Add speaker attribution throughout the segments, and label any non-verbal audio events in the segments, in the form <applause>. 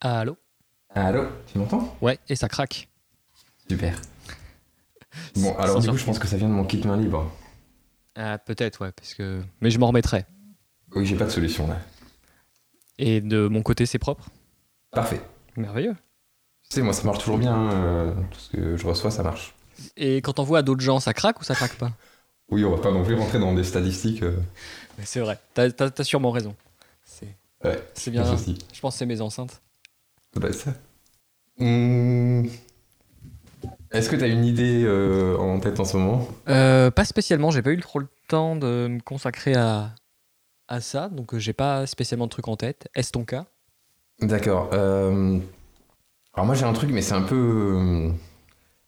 Speaker 1: Allô
Speaker 2: Allô, tu m'entends
Speaker 1: Ouais, et ça craque.
Speaker 2: Super. Bon, alors du coup, je pense que ça vient de mon kit main libre.
Speaker 1: Ah, Peut-être, ouais, parce que... Mais je m'en remettrai.
Speaker 2: Oui, j'ai pas de solution là.
Speaker 1: Et de mon côté, c'est propre
Speaker 2: Parfait.
Speaker 1: Merveilleux.
Speaker 2: Tu sais, moi, ça marche toujours bien. hein, euh, tout ce que je reçois, ça marche.
Speaker 1: Et quand on voit à d'autres gens, ça craque ou ça craque pas
Speaker 2: Oui, on va pas non plus rentrer dans des statistiques. euh,
Speaker 1: Mais <laughs> c'est vrai, t'as t'as- t'as sûrement raison. C'est
Speaker 2: Ouais,
Speaker 1: c'est bien,
Speaker 2: ça aussi.
Speaker 1: je pense que c'est mes enceintes.
Speaker 2: Ça doit être ça. Hmm. Est-ce que t'as une idée euh, en tête en ce moment
Speaker 1: Euh, pas spécialement, j'ai pas eu trop le temps de me consacrer à, à ça, donc euh, j'ai pas spécialement de truc en tête. Est-ce ton cas
Speaker 2: D'accord. euh, Alors moi j'ai un truc, mais c'est un peu. euh,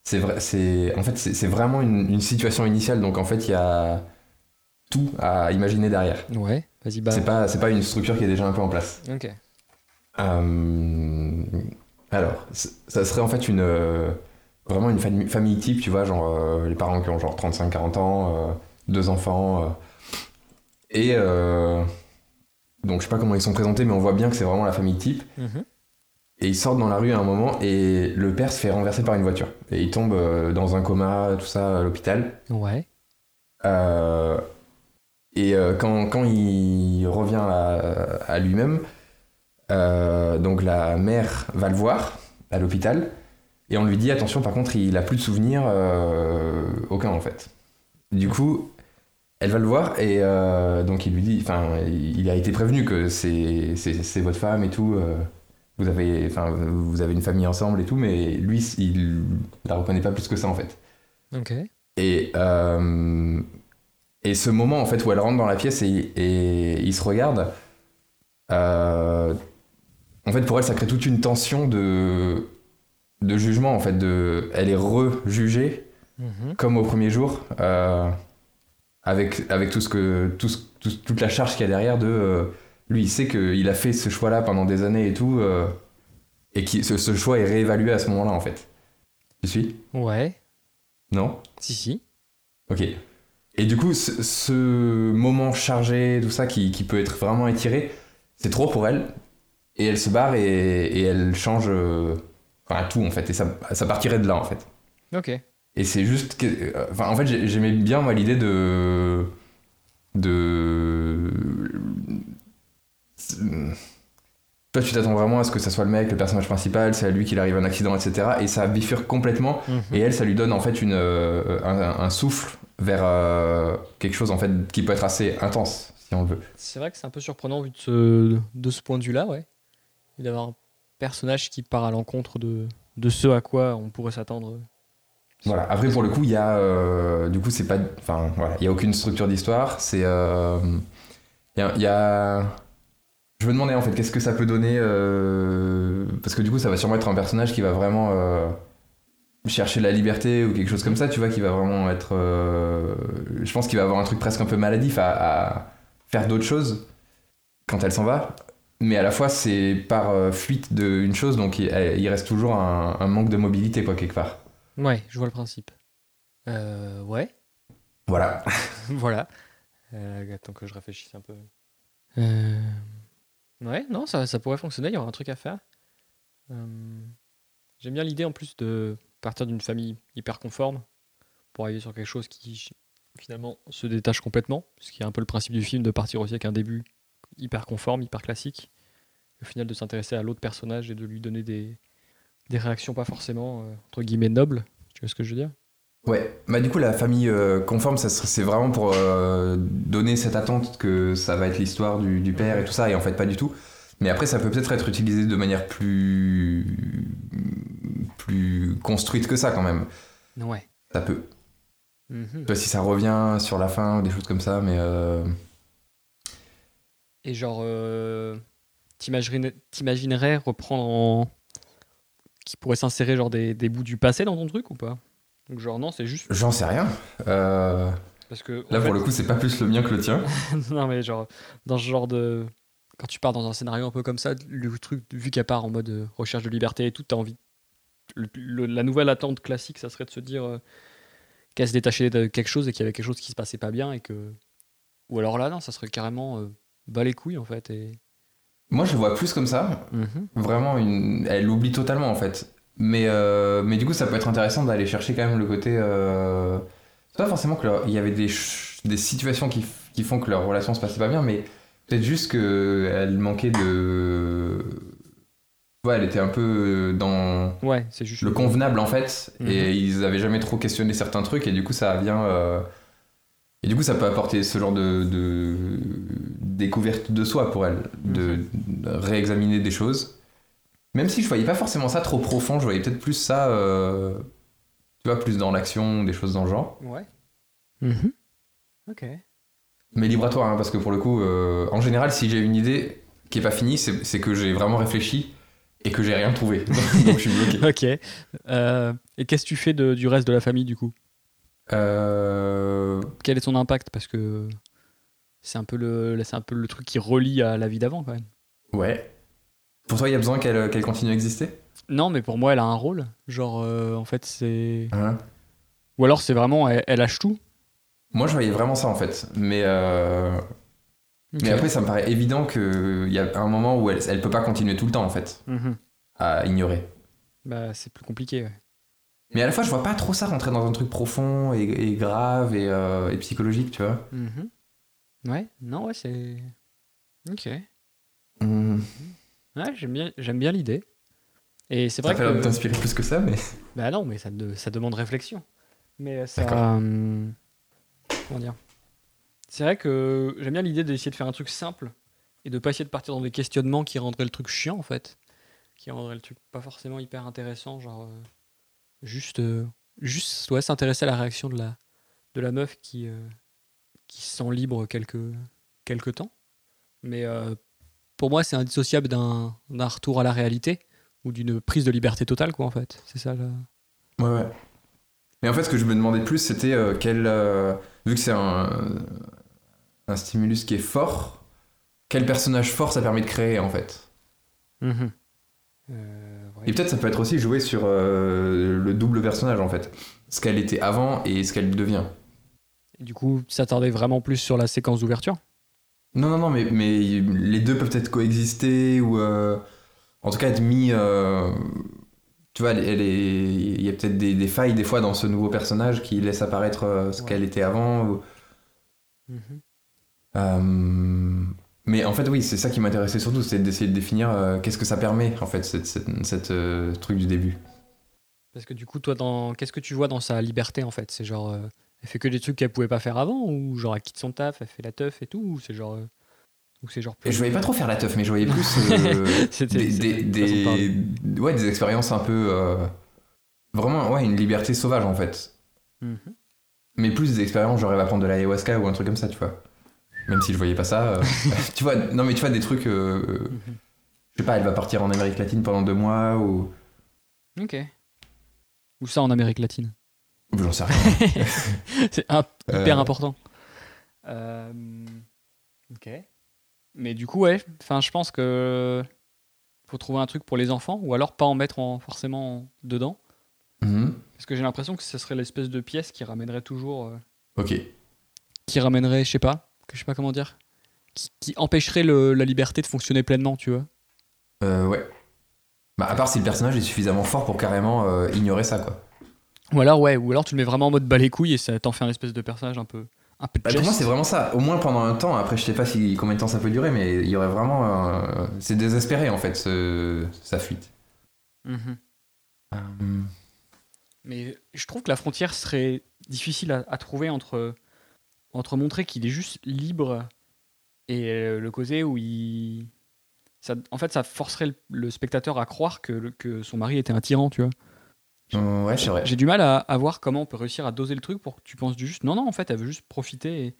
Speaker 2: C'est vrai. C'est en fait c'est c'est vraiment une, une situation initiale. Donc en fait il y a tout à imaginer derrière.
Speaker 1: Ouais, vas-y, bah.
Speaker 2: C'est pas c'est pas une structure qui est déjà un peu en place.
Speaker 1: Ok.
Speaker 2: Euh, Alors c- ça serait en fait une euh, vraiment une fami- famille type, tu vois, genre euh, les parents qui ont genre 35-40 ans, euh, deux enfants euh, et euh, donc je sais pas comment ils sont présentés, mais on voit bien que c'est vraiment la famille type.
Speaker 1: Mhm.
Speaker 2: Et ils sortent dans la rue à un moment et le père se fait renverser par une voiture. Et il tombe euh, dans un coma, tout ça, à l'hôpital.
Speaker 1: Ouais.
Speaker 2: Euh, et euh, quand, quand il revient à, à lui-même, euh, donc la mère va le voir à l'hôpital. Et on lui dit attention, par contre, il a plus de souvenirs, euh, aucun en fait. Du coup, elle va le voir et euh, donc il lui dit, enfin, il a été prévenu que c'est c'est- c'est votre femme et tout. euh, vous avez, enfin, vous avez une famille ensemble et tout, mais lui, il la reconnaît pas plus que ça en fait.
Speaker 1: Ok.
Speaker 2: Et, euh, et ce moment, en fait, où elle rentre dans la pièce et, et ils se regardent, euh, en fait, pour elle, ça crée toute une tension de, de jugement, en fait. De, elle est rejugée,
Speaker 1: Mhm.
Speaker 2: comme au premier jour, euh, avec, avec tout ce que, tout ce- tout- toute la charge qu'il y a derrière de... euh, lui, il sait qu'il a fait ce choix-là pendant des années et tout, euh, et qui, ce, ce choix est réévalué à ce moment-là, en fait. Tu suis
Speaker 1: Ouais.
Speaker 2: Non
Speaker 1: Si, si.
Speaker 2: Ok. Et du coup, ce, ce moment chargé, tout ça, qui, qui peut être vraiment étiré, c'est trop pour elle. Et elle se barre et, et elle change euh, enfin, tout, en fait. Et ça, ça partirait de là, en fait.
Speaker 1: Ok.
Speaker 2: Et c'est juste que... euh, Enfin, en fait, j'ai- j'aimais bien, moi, l'idée de... De... Toi, tu t'attends vraiment à ce que ça soit le mec, le personnage principal, c'est à lui qu'il arrive un accident, etc. Et ça bifurque complètement
Speaker 1: Mhm.
Speaker 2: et elle, ça lui donne en fait une, euh, un, un souffle vers euh, quelque chose en fait qui peut être assez intense, si on le veut.
Speaker 1: C'est vrai que c'est un peu surprenant vu de ce, de ce point de vue-là, ouais. Et D'avoir un personnage qui part à l'encontre de, de ce à quoi on pourrait s'attendre.
Speaker 2: Voilà. Après, pour le coup, il y a euh, du coup, c'est pas, enfin, voilà, il y a aucune structure d'histoire. C'est, euh, il y a- il y a- je me demandais en fait, qu'est-ce que ça peut donner euh, Parce que du coup, ça va sûrement être un personnage qui va vraiment euh, chercher la liberté ou quelque chose comme ça, tu vois, qui va vraiment être. euh, je pense qu'il va avoir un truc presque un peu maladif à, à faire d'autres choses quand elle s'en va. Mais à la fois, c'est par euh, fuite d'une chose, donc il, il reste toujours un, un manque de mobilité, quoi, quelque part.
Speaker 1: Ouais, je vois le principe. Euh, ouais.
Speaker 2: Voilà.
Speaker 1: <laughs> voilà. Euh, attends que je réfléchisse un peu. Ouais, non, ça, ça pourrait fonctionner, il y aura un truc à faire. Euh, J'aime bien l'idée en plus de partir d'une famille hyper conforme pour arriver sur quelque chose qui finalement se détache complètement, ce qui est un peu le principe du film, de partir aussi avec un début hyper conforme, hyper classique, et au final de s'intéresser à l'autre personnage et de lui donner des, des réactions pas forcément, euh, entre guillemets, nobles, tu vois ce que je veux dire
Speaker 2: Ouais, bah du coup la famille euh, conforme, ça serait- c'est vraiment pour euh, donner cette attente que ça va être l'histoire du, du père et tout ça, et en fait pas du tout. Mais après ça peut peut-être être utilisé de manière plus plus construite que ça quand même.
Speaker 1: Ouais.
Speaker 2: Ça peut.
Speaker 1: Mhm.
Speaker 2: Je sais pas si ça revient sur la fin ou des choses comme ça, mais euh,
Speaker 1: Et genre, euh, t'imagine- t'imaginerais reprendre en. qui pourrait s'insérer genre des, des bouts du passé dans ton truc ou pas Donc, genre, non, c'est juste
Speaker 2: j'en sais rien. Euh,
Speaker 1: parce que. en
Speaker 2: là
Speaker 1: fait-
Speaker 2: pour le coup c'est pas plus le mien que le tien.
Speaker 1: <laughs> non, mais genre, dans ce genre de. Quand tu pars dans un scénario un peu comme ça, le truc, vu qu'elle part en mode euh, recherche de liberté et tout, t'as envie. le- le- la nouvelle attente classique, ça serait de se dire euh, qu'elle se détachait de quelque chose et qu'il y avait quelque chose qui se passait pas bien et que. Ou alors là, non, ça serait carrément euh, bas les couilles en fait et
Speaker 2: Moi, je le vois plus comme ça. Vraiment, une... elle l'oublie totalement en fait. Mais, euh, mais du coup, ça peut être intéressant d'aller chercher quand même le côté. euh, C'est pas forcément que leur- il y avait des, ch- des situations qui, f- qui font que leur relation se passait pas bien, mais peut-être juste qu'elle manquait de. Ouais, elle était un peu dans
Speaker 1: Ouais, c'est juste.
Speaker 2: le convenable en fait
Speaker 1: Mhm.
Speaker 2: et ils avaient jamais trop questionné certains trucs et du coup ça vient euh, et du coup ça peut apporter ce genre de, de découverte de soi pour elle de, de réexaminer des choses même si je voyais pas forcément ça trop profond je voyais peut-être plus ça euh, tu vois plus dans l'action des choses dans le genre
Speaker 1: Ouais. Mhm. Ok.
Speaker 2: mais libre à toi hein, parce que pour le coup euh, en général si j'ai une idée qui est pas finie c'est c'est que j'ai vraiment réfléchi et que j'ai rien trouvé <laughs> donc je suis bloqué
Speaker 1: Ok. Euh, et qu'est-ce que tu fais de- du reste de la famille du coup
Speaker 2: Euh,
Speaker 1: Quel est son impact Parce que c'est un, peu le, là, c'est un peu le truc qui relie à la vie d'avant quand même.
Speaker 2: Ouais. Pour toi, il y a besoin qu'elle qu'elle continue à exister
Speaker 1: Non, mais pour moi, elle a un rôle. Genre, euh, en fait, c'est. Ou alors, c'est vraiment, elle, elle lâche tout.
Speaker 2: Moi, je voyais vraiment ça en fait. Mais, euh, mais
Speaker 1: Ok.
Speaker 2: après, ça me paraît évident qu'il y a un moment où elle, elle peut pas continuer tout le temps en fait
Speaker 1: Mhm.
Speaker 2: à ignorer.
Speaker 1: Bah, c'est plus compliqué. ouais.
Speaker 2: Mais à la fois, je vois pas trop ça rentrer dans un truc profond et, et grave et, euh, et psychologique, tu vois.
Speaker 1: Mhm. Ouais, non, ouais, c'est. Ok. Ouais, j'aime bien, j'aime bien l'idée. Et c'est
Speaker 2: Ça
Speaker 1: vrai
Speaker 2: fait l'air de
Speaker 1: que.
Speaker 2: t'inspirer plus que ça, mais.
Speaker 1: Bah non, mais ça, de- ça demande réflexion. Mais euh, ça.
Speaker 2: D'accord.
Speaker 1: euh, comment dire C'est vrai que j'aime bien l'idée d'essayer de faire un truc simple et de pas essayer de partir dans des questionnements qui rendraient le truc chiant en fait. Qui rendraient le truc pas forcément hyper intéressant, genre. euh, juste. euh, juste, ouais, s'intéresser à la réaction de la, de la meuf qui, euh, qui se sent libre quelques, quelques temps. Mais euh, pour moi, c'est indissociable d'un d'un retour à la réalité ou d'une prise de liberté totale, quoi, en fait. C'est ça, là.
Speaker 2: Ouais, ouais. Mais en fait, ce que je me demandais plus, c'était euh, quel. euh, vu que c'est un, un stimulus qui est fort, quel personnage fort ça permet de créer en fait
Speaker 1: Mhm. Euh, ouais.
Speaker 2: Et peut-être ça peut être aussi jouer sur euh, le double personnage en fait. Ce qu'elle était avant et ce qu'elle devient.
Speaker 1: Du coup, s'attarder vraiment plus sur la séquence d'ouverture.
Speaker 2: Non, non, non, mais, mais les deux peuvent peut-être coexister ou euh, en tout cas être mis. euh, tu vois, elle, elle est- il y a peut-être des, des failles des fois dans ce nouveau personnage qui laisse apparaître euh, ce
Speaker 1: Ouais.
Speaker 2: qu'elle était avant. ou-
Speaker 1: Mhm.
Speaker 2: euh, mais en fait, oui, c'est ça qui m'intéressait surtout, c'est d'essayer de définir euh, qu'est-ce que ça permet en fait, cette, cette- cette, euh, truc du début.
Speaker 1: Parce que du coup, toi, dans... qu'est-ce que tu vois dans sa liberté, en fait C'est genre, euh, elle fait que des trucs qu'elle pouvait pas faire avant Ou genre, elle quitte son taf, elle fait la teuf et tout Ou c'est genre... euh, Ou c'est genre
Speaker 2: Et
Speaker 1: plus...
Speaker 2: je voyais pas trop faire la teuf, mais je voyais plus euh,
Speaker 1: <laughs> C'était-
Speaker 2: des,
Speaker 1: c'était
Speaker 2: des,
Speaker 1: une façon de parler.
Speaker 2: des- ouais, des expériences un peu. euh, vraiment, ouais, une liberté sauvage en fait.
Speaker 1: Mhm.
Speaker 2: Mais plus des expériences, genre elle va prendre de l'ayahuasca ou un truc comme ça, tu vois. Même si je voyais pas ça.
Speaker 1: <laughs>
Speaker 2: euh, tu vois, non mais tu vois, des trucs. euh, euh,
Speaker 1: Mhm.
Speaker 2: je sais pas, elle va partir en Amérique latine pendant deux mois ou.
Speaker 1: Ok. Ou ça en Amérique latine
Speaker 2: ou J'en sais rien.
Speaker 1: <laughs> C'est un hyper
Speaker 2: Euh,
Speaker 1: important. Euh, ok. Mais du coup, ouais, enfin, je pense que faut trouver un truc pour les enfants, ou alors pas en mettre en, forcément en- dedans.
Speaker 2: Mhm.
Speaker 1: Parce que j'ai l'impression que ce serait l'espèce de pièce qui ramènerait toujours. euh,
Speaker 2: Ok.
Speaker 1: qui ramènerait, je sais pas, que je sais pas comment dire. Qui, qui empêcherait le- la liberté de fonctionner pleinement, tu vois.
Speaker 2: Euh, ouais. Bah, à part si le personnage est suffisamment fort pour carrément euh, ignorer ça, quoi.
Speaker 1: Ou alors, ouais, ou alors tu le mets vraiment en mode bas les couilles et ça t'en fait un espèce de personnage un peu. Un peu
Speaker 2: Bah, pour
Speaker 1: just.
Speaker 2: moi, c'est vraiment ça. Au moins pendant un temps. Après, je sais pas si, combien de temps ça peut durer, mais il y aurait vraiment. un- C'est désespéré en fait, ce- sa fuite.
Speaker 1: Mhm.
Speaker 2: Euh,
Speaker 1: Mais je trouve que la frontière serait difficile à, à trouver entre, entre montrer qu'il est juste libre et euh, le côté où il. Ça, en fait, ça forcerait le, le spectateur à croire que, le- que son mari était un tyran, tu vois.
Speaker 2: Euh, ouais, c'est vrai.
Speaker 1: J'ai du mal à, à voir comment on peut réussir à doser le truc pour que tu penses du juste. Non, non, en fait, elle veut juste profiter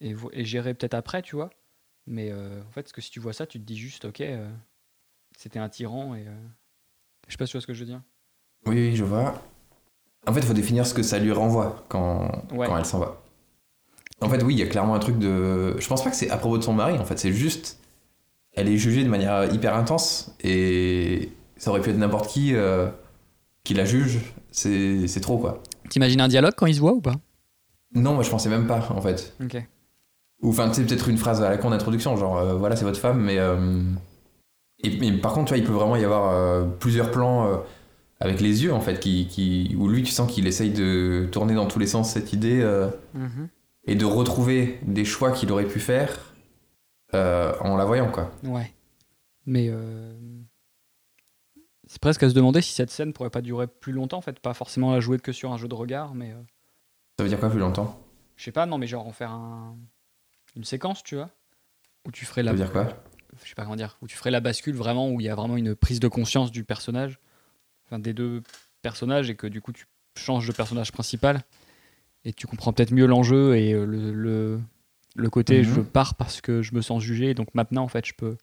Speaker 1: et, et, vo- et gérer peut-être après, tu vois. Mais euh, en fait, parce que si tu vois ça, tu te dis juste, ok, euh, c'était un tyran et. euh, je sais pas si tu vois ce que je veux dire.
Speaker 2: Oui, oui, je vois. En fait, il faut définir ce que ça lui renvoie quand,
Speaker 1: Ouais.
Speaker 2: quand elle s'en va. En fait, oui, il y a clairement un truc de. Je pense pas que c'est à propos de son mari, en fait. C'est juste. Elle est jugée de manière hyper intense et ça aurait pu être n'importe qui euh, qui la juge. C'est c'est trop, quoi.
Speaker 1: T'imagines un dialogue quand ils se voient ou pas
Speaker 2: Non, moi, je pensais même pas, en fait.
Speaker 1: Ok.
Speaker 2: Ou enfin, tu sais, peut-être une phrase à la con d'introduction, genre euh, voilà, c'est votre femme, mais. euh, et, mais par contre, tu vois, il peut vraiment y avoir euh, plusieurs plans euh, avec les yeux, en fait, qui, qui, où lui, tu sens qu'il essaye de tourner dans tous les sens cette idée euh,
Speaker 3: Mhm.
Speaker 2: et de retrouver des choix qu'il aurait pu faire euh, en la voyant, quoi.
Speaker 3: Ouais.
Speaker 1: Mais euh, c'est presque à se demander si cette scène pourrait pas durer plus longtemps, en fait. Pas forcément la jouer que sur un jeu de regard, mais euh,
Speaker 2: Ça veut dire quoi plus longtemps
Speaker 1: je sais pas, non, mais genre en faire un- une séquence, tu vois, où tu ferais
Speaker 2: Ça
Speaker 1: la,
Speaker 2: veut dire quoi
Speaker 1: je sais pas comment dire, où tu ferais la bascule vraiment, où il y a vraiment une prise de conscience du personnage, enfin des deux personnages, et que du coup tu changes de personnage principal, et tu comprends peut-être mieux l'enjeu et euh, le, le, le côté
Speaker 2: Mhm.
Speaker 1: je pars parce que je me sens jugé, donc maintenant en fait je peux,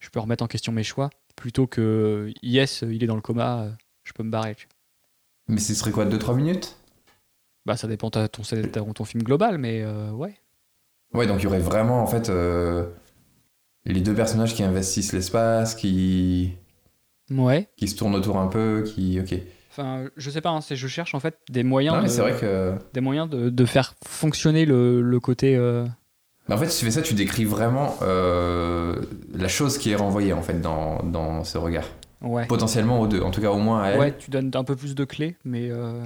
Speaker 1: je peux remettre en question mes choix, plutôt que euh, yes, il est dans le coma, euh, je peux me barrer. tu vois.
Speaker 2: Mais ce serait quoi 2-3 minutes
Speaker 1: Bah ça dépend de ton, scène- ta- ton film global, mais euh, ouais.
Speaker 2: Ouais, donc il y aurait vraiment, en fait, euh, les deux personnages qui investissent l'espace, qui,
Speaker 1: Ouais.
Speaker 2: qui se tournent autour un peu, qui. Ok.
Speaker 1: Enfin, je sais pas, hein, c'est- je cherche en fait des moyens, euh,
Speaker 2: Non, mais
Speaker 1: de-
Speaker 2: c'est vrai que.
Speaker 1: des moyens de, de faire fonctionner le, le côté. euh,
Speaker 2: Mais en fait, si tu fais ça, tu décris vraiment euh, la chose qui est renvoyée, en fait, dans, dans ce regard.
Speaker 1: Ouais.
Speaker 2: Potentiellement aux deux, en tout cas au moins à elle.
Speaker 1: Ouais, tu donnes un peu plus de clés, mais, euh,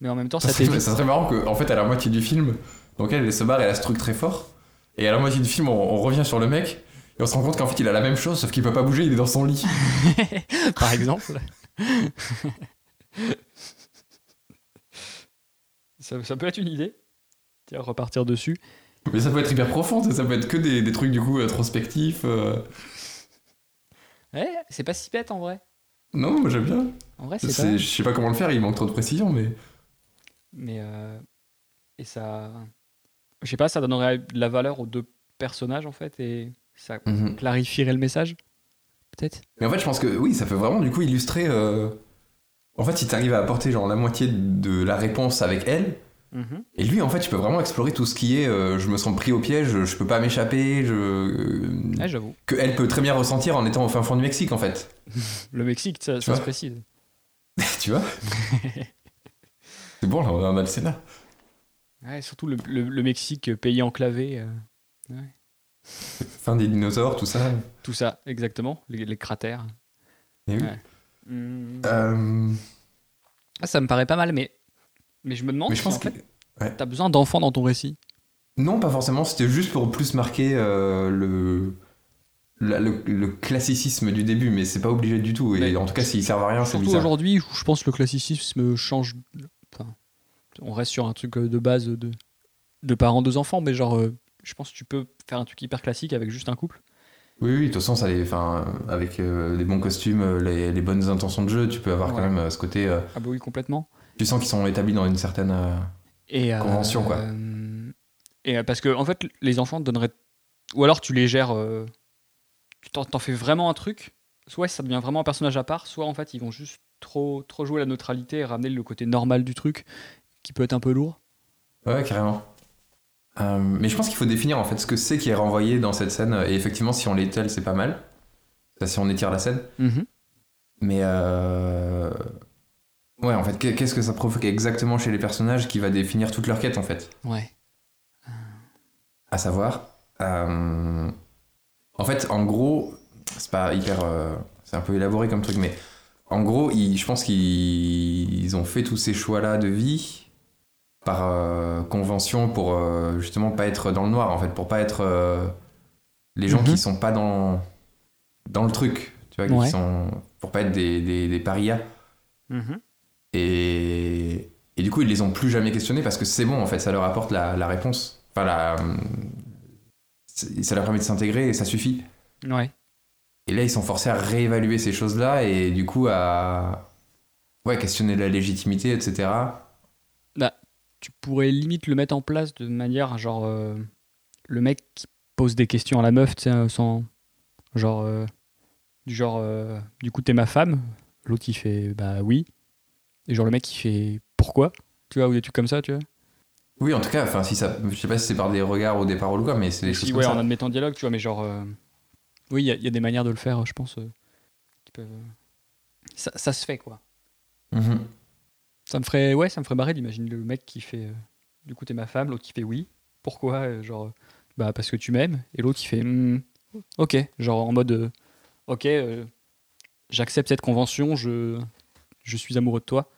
Speaker 1: mais en même temps,
Speaker 2: Ça
Speaker 1: ça
Speaker 2: serait,
Speaker 1: t'évite.
Speaker 2: ça serait marrant que, en fait, à la moitié du film, donc elle, elle se barre, elle a ce truc très fort. Et à la moitié du film, on, on revient sur le mec. Et on se rend compte qu'en fait, il a la même chose, sauf qu'il peut pas bouger, il est dans son lit.
Speaker 1: <laughs>
Speaker 2: <laughs>
Speaker 1: Par exemple. ça, ça peut être une idée. Tiens, repartir dessus.
Speaker 2: Mais ça peut être hyper profond, ça, ça peut être que des, des trucs, du coup, introspectifs. euh.
Speaker 1: Ouais, c'est pas si bête en vrai.
Speaker 2: Non, moi, j'aime bien.
Speaker 1: En vrai, c'est pas.
Speaker 2: C'est- Je sais pas comment le faire, il manque trop de précision, mais.
Speaker 1: Mais. euh, Et ça. Je sais pas, ça donnerait de la valeur aux deux personnages en fait, et ça clarifierait le message. Peut-être.
Speaker 2: Mais en fait, je pense que oui, ça peut vraiment du coup illustrer. euh, En fait, si t'arrives à apporter genre la moitié de la réponse avec elle, et lui, en fait, tu peux vraiment explorer tout ce qui est. euh, je me sens pris au piège, je peux pas m'échapper, je. euh,
Speaker 1: Ouais, j'avoue.
Speaker 2: Que elle peut très bien ressentir en étant au fin fond du Mexique, en fait. <laughs>
Speaker 1: Le Mexique, ça, ça
Speaker 2: vois
Speaker 1: se précise. <laughs>
Speaker 2: tu vois C'est bon, là, on a le Sénat.
Speaker 1: Ouais, surtout le, le- le Mexique, pays enclavé. euh,
Speaker 2: Fin des dinosaures, tout ça.
Speaker 1: Tout ça, exactement, les, les cratères.
Speaker 2: Et oui.
Speaker 1: Ouais. Mm.
Speaker 2: Euh,
Speaker 1: Ah, ça me paraît pas mal, mais, mais je me demande
Speaker 2: Mais je
Speaker 1: si en
Speaker 2: pense que.
Speaker 1: fait, t'as besoin d'enfants dans ton récit.
Speaker 2: Non, pas forcément. C'était juste pour plus marquer euh, le, la- le, le classicisme du début, mais c'est pas obligé du tout. Et
Speaker 1: Mais-
Speaker 2: en tout cas, s'il sert à rien, Ah, c'est
Speaker 1: Surtout
Speaker 2: bizarre.
Speaker 1: aujourd'hui, où je pense que le classicisme change. enfin, on reste sur un truc euh, de base de, de parents, deux enfants, mais genre, euh, je pense que tu peux faire un truc hyper classique avec juste un couple.
Speaker 2: Oui, oui, de toute façon, ça les, enfin, euh, avec euh, les bons costumes, euh, les, les bonnes intentions de jeu, tu peux avoir
Speaker 1: Ouais.
Speaker 2: quand même euh, ce côté. euh,
Speaker 1: Aboli Ah bah complètement.
Speaker 2: tu sens qu'ils sont établis dans une certaine. euh,
Speaker 1: Et, euh,
Speaker 2: Convention, quoi.
Speaker 1: euh, et euh, parce que, en fait, les enfants te donneraient. Ou alors tu les gères. euh, tu t'en t'en fais vraiment un truc. Soit ça devient vraiment un personnage à part, soit en fait ils vont juste trop, trop jouer la neutralité et ramener le côté normal du truc qui peut être un peu lourd.
Speaker 2: Ouais, carrément. Euh, mais je pense qu'il faut définir en fait ce que c'est qui est renvoyé dans cette scène. Et effectivement, si on l'étale, c'est pas mal. Ça, si on étire la scène. Mais euh, ouais, en fait, qu'est- qu'est-ce que ça provoque exactement chez les personnages qui va définir toute leur quête en fait
Speaker 1: Ouais.
Speaker 2: À savoir, euh, en fait, en gros, c'est pas hyper, euh, c'est un peu élaboré comme truc, mais en gros, ils- je pense qu'ils ils ont fait tous ces choix-là de vie par euh, convention pour euh, justement pas être dans le noir en fait, pour pas être euh, les gens
Speaker 1: Mhm.
Speaker 2: qui sont pas dans dans le truc, tu vois,
Speaker 1: Ouais.
Speaker 2: qui sont pour pas être des, des, des parias. Et, et du coup, ils les ont plus jamais questionnés parce que c'est bon, en fait, ça leur apporte la, la réponse. Enfin, la, c'est- ça leur permet de s'intégrer et ça suffit.
Speaker 1: Ouais.
Speaker 2: Et là, ils sont forcés à réévaluer ces choses-là et du coup à ouais, questionner la légitimité, etc.
Speaker 1: Tu pourrais limite le mettre en place de manière genre. euh, le mec qui pose des questions à la meuf, tu sais, euh, sans. Genre. euh, du genre. euh, du coup, t'es ma femme. L'autre, il fait bah oui. Et genre, le mec, il fait pourquoi Tu vois, ou des trucs comme ça, tu vois.
Speaker 2: Oui, en tout cas, enfin, si ça, je sais pas si c'est par des regards ou des paroles ou quoi, mais c'est des
Speaker 1: Si,
Speaker 2: choses
Speaker 1: ouais,
Speaker 2: comme
Speaker 1: en
Speaker 2: ça.
Speaker 1: admettant dialogue, tu vois, mais genre. euh, Oui, il y, a- il y a des manières de le faire, je pense. euh, qui peuvent, euh, Ça, ça se fait, quoi.
Speaker 2: Mhm.
Speaker 1: Ça me ferait, ouais, ça me ferait barrer d'imaginer le mec qui fait. euh, Du coup, t'es ma femme, l'autre qui fait oui. Pourquoi euh, Genre, euh, bah parce que tu m'aimes, et l'autre qui fait Hmm, ok, genre en mode euh, ok, euh, j'accepte cette convention, je, je suis amoureux de toi.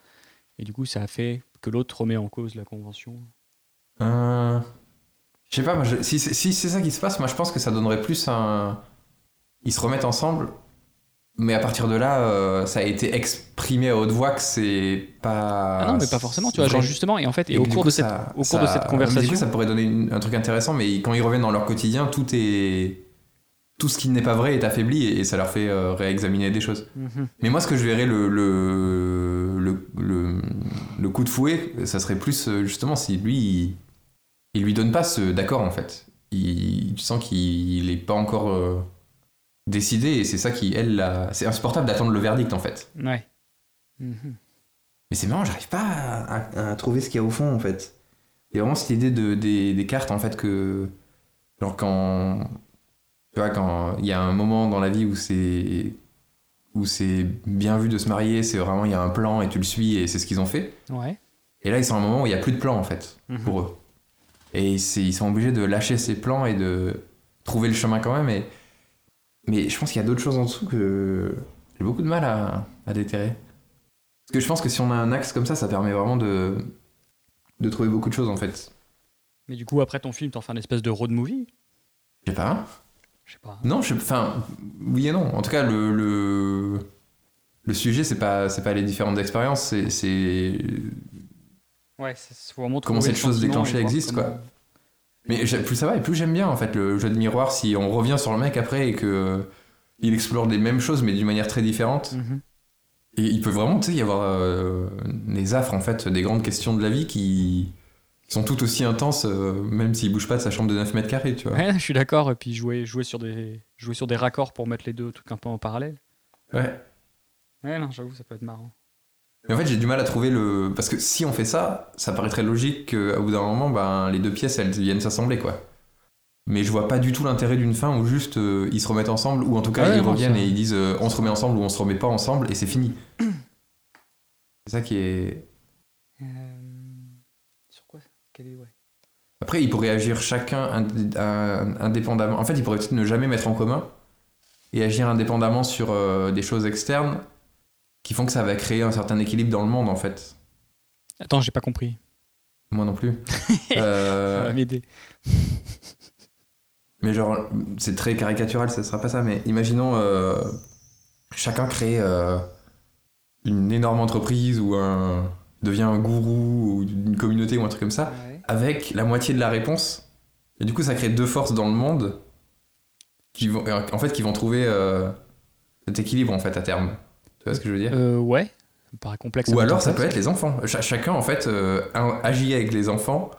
Speaker 1: Et du coup, ça a fait que l'autre remet en cause la convention.
Speaker 2: Euh, je sais pas, moi, je- si, c'est- si c'est ça qui se passe, moi je pense que ça donnerait plus un. Ils se remettent ensemble, mais à partir de là, euh, ça a été exprimé à haute voix que c'est pas.
Speaker 1: Ah non, mais pas forcément, tu vois, genre justement, et en fait, et, au
Speaker 2: du
Speaker 1: cours
Speaker 2: coup,
Speaker 1: de cette,
Speaker 2: ça-
Speaker 1: au cours de
Speaker 2: ça-
Speaker 1: cette
Speaker 2: mais Du
Speaker 1: conversation,
Speaker 2: coup, ça pourrait donner une- un truc intéressant, mais quand ils reviennent dans leur quotidien, tout est. Tout ce qui n'est pas vrai est affaibli et, et ça leur fait euh, réexaminer des choses.
Speaker 1: Mhm.
Speaker 2: Mais moi, ce que je verrais le, le, le, le, le coup de fouet, ça serait plus euh, justement si lui, il, il lui donne pas ce d'accord en fait. Il, tu sens qu'il n'est pas encore euh, décidé et c'est ça qui, elle, la- c'est insupportable d'attendre le verdict en fait.
Speaker 1: ouais. Mhm.
Speaker 2: Mais c'est marrant, j'arrive pas à, à- à trouver ce qu'il y a au fond en fait. Il y a vraiment cette idée de, des, des cartes en fait que. Genre quand. Tu vois, quand il y a un moment dans la vie où c'est. où c'est bien vu de se marier, c'est vraiment il y a un plan et tu le suis et c'est ce qu'ils ont fait.
Speaker 1: Ouais.
Speaker 2: Et là, ils sont à un moment où il n'y a plus de plan en fait
Speaker 1: Mhm.
Speaker 2: pour eux. Et c'est- ils sont obligés de lâcher ces plans et de trouver le chemin quand même. Et, mais je pense qu'il y a d'autres choses en dessous que j'ai beaucoup de mal à, à déterrer. Parce que je pense que si on a un axe comme ça, ça permet vraiment de, de trouver beaucoup de choses en fait.
Speaker 1: Mais du coup, après ton film, t'en fais un espèce de road movie
Speaker 2: Je sais pas.
Speaker 1: Je sais pas.
Speaker 2: Non, je, enfin, oui et non. En tout cas, le, le, le sujet, c'est pas, c'est pas les différentes expériences, c'est- c'est
Speaker 1: Ouais, c'est c'est vraiment trouver
Speaker 2: Comment cette
Speaker 1: le
Speaker 2: chose
Speaker 1: sentiment
Speaker 2: déclenchée
Speaker 1: et voir
Speaker 2: existe, quoi.
Speaker 1: comment-
Speaker 2: Mais j'ai- plus ça va et plus j'aime bien en fait le jeu de miroir. Si on revient sur le mec après et que euh, il explore des mêmes choses mais d'une manière très différente,
Speaker 1: Mhm.
Speaker 2: et il peut vraiment tu sais, y avoir euh, des affres en fait, des grandes questions de la vie qui sont tout aussi intenses, euh, même s'il bouge pas de sa chambre de 9 mètres carrés, tu vois.
Speaker 1: Ouais, je suis d'accord. Et puis jouer, jouer, sur des, jouer sur des raccords pour mettre les deux trucs un peu en parallèle.
Speaker 2: Ouais.
Speaker 1: Ouais, non, j'avoue, ça peut être marrant.
Speaker 2: Mais en fait, j'ai du mal à trouver le. Parce que si on fait ça, ça paraît très logique qu'à bout d'un moment, ben, les deux pièces, elles viennent s'assembler, quoi. Mais je vois pas du tout l'intérêt d'une fin où juste euh, ils se remettent ensemble, ou en tout cas
Speaker 1: Ouais,
Speaker 2: ils
Speaker 1: non,
Speaker 2: reviennent
Speaker 1: ça-
Speaker 2: et ils disent euh, on se remet ensemble ou on se remet pas ensemble et c'est fini. C'est ça qui est.
Speaker 1: Euh, Sur quoi ouais.
Speaker 2: Après, ils pourraient agir chacun ind- un- indépendamment. En fait, ils pourraient peut-être ne jamais mettre en commun et agir indépendamment sur euh, des choses externes qui font que ça va créer un certain équilibre dans le monde, en fait.
Speaker 1: Attends, j'ai pas compris.
Speaker 2: Moi non plus.
Speaker 1: Ça
Speaker 2: Euh,
Speaker 1: va m'aider.
Speaker 2: Mais genre, c'est très caricatural, ça sera pas ça, mais imaginons euh, chacun crée euh, une énorme entreprise ou un, devient un gourou ou une communauté ou un truc comme ça, avec la moitié de la réponse. Et du coup, ça crée deux forces dans le monde qui vont, en fait, qui vont trouver euh, cet équilibre en fait à terme. Tu vois ce que je veux dire
Speaker 1: Euh, ouais, ça me paraît complexe. à
Speaker 2: Ou
Speaker 1: mettre
Speaker 2: alors,
Speaker 1: en
Speaker 2: ça
Speaker 1: place.
Speaker 2: peut être les enfants. Cha- chacun, en fait, euh, un- agit avec les enfants,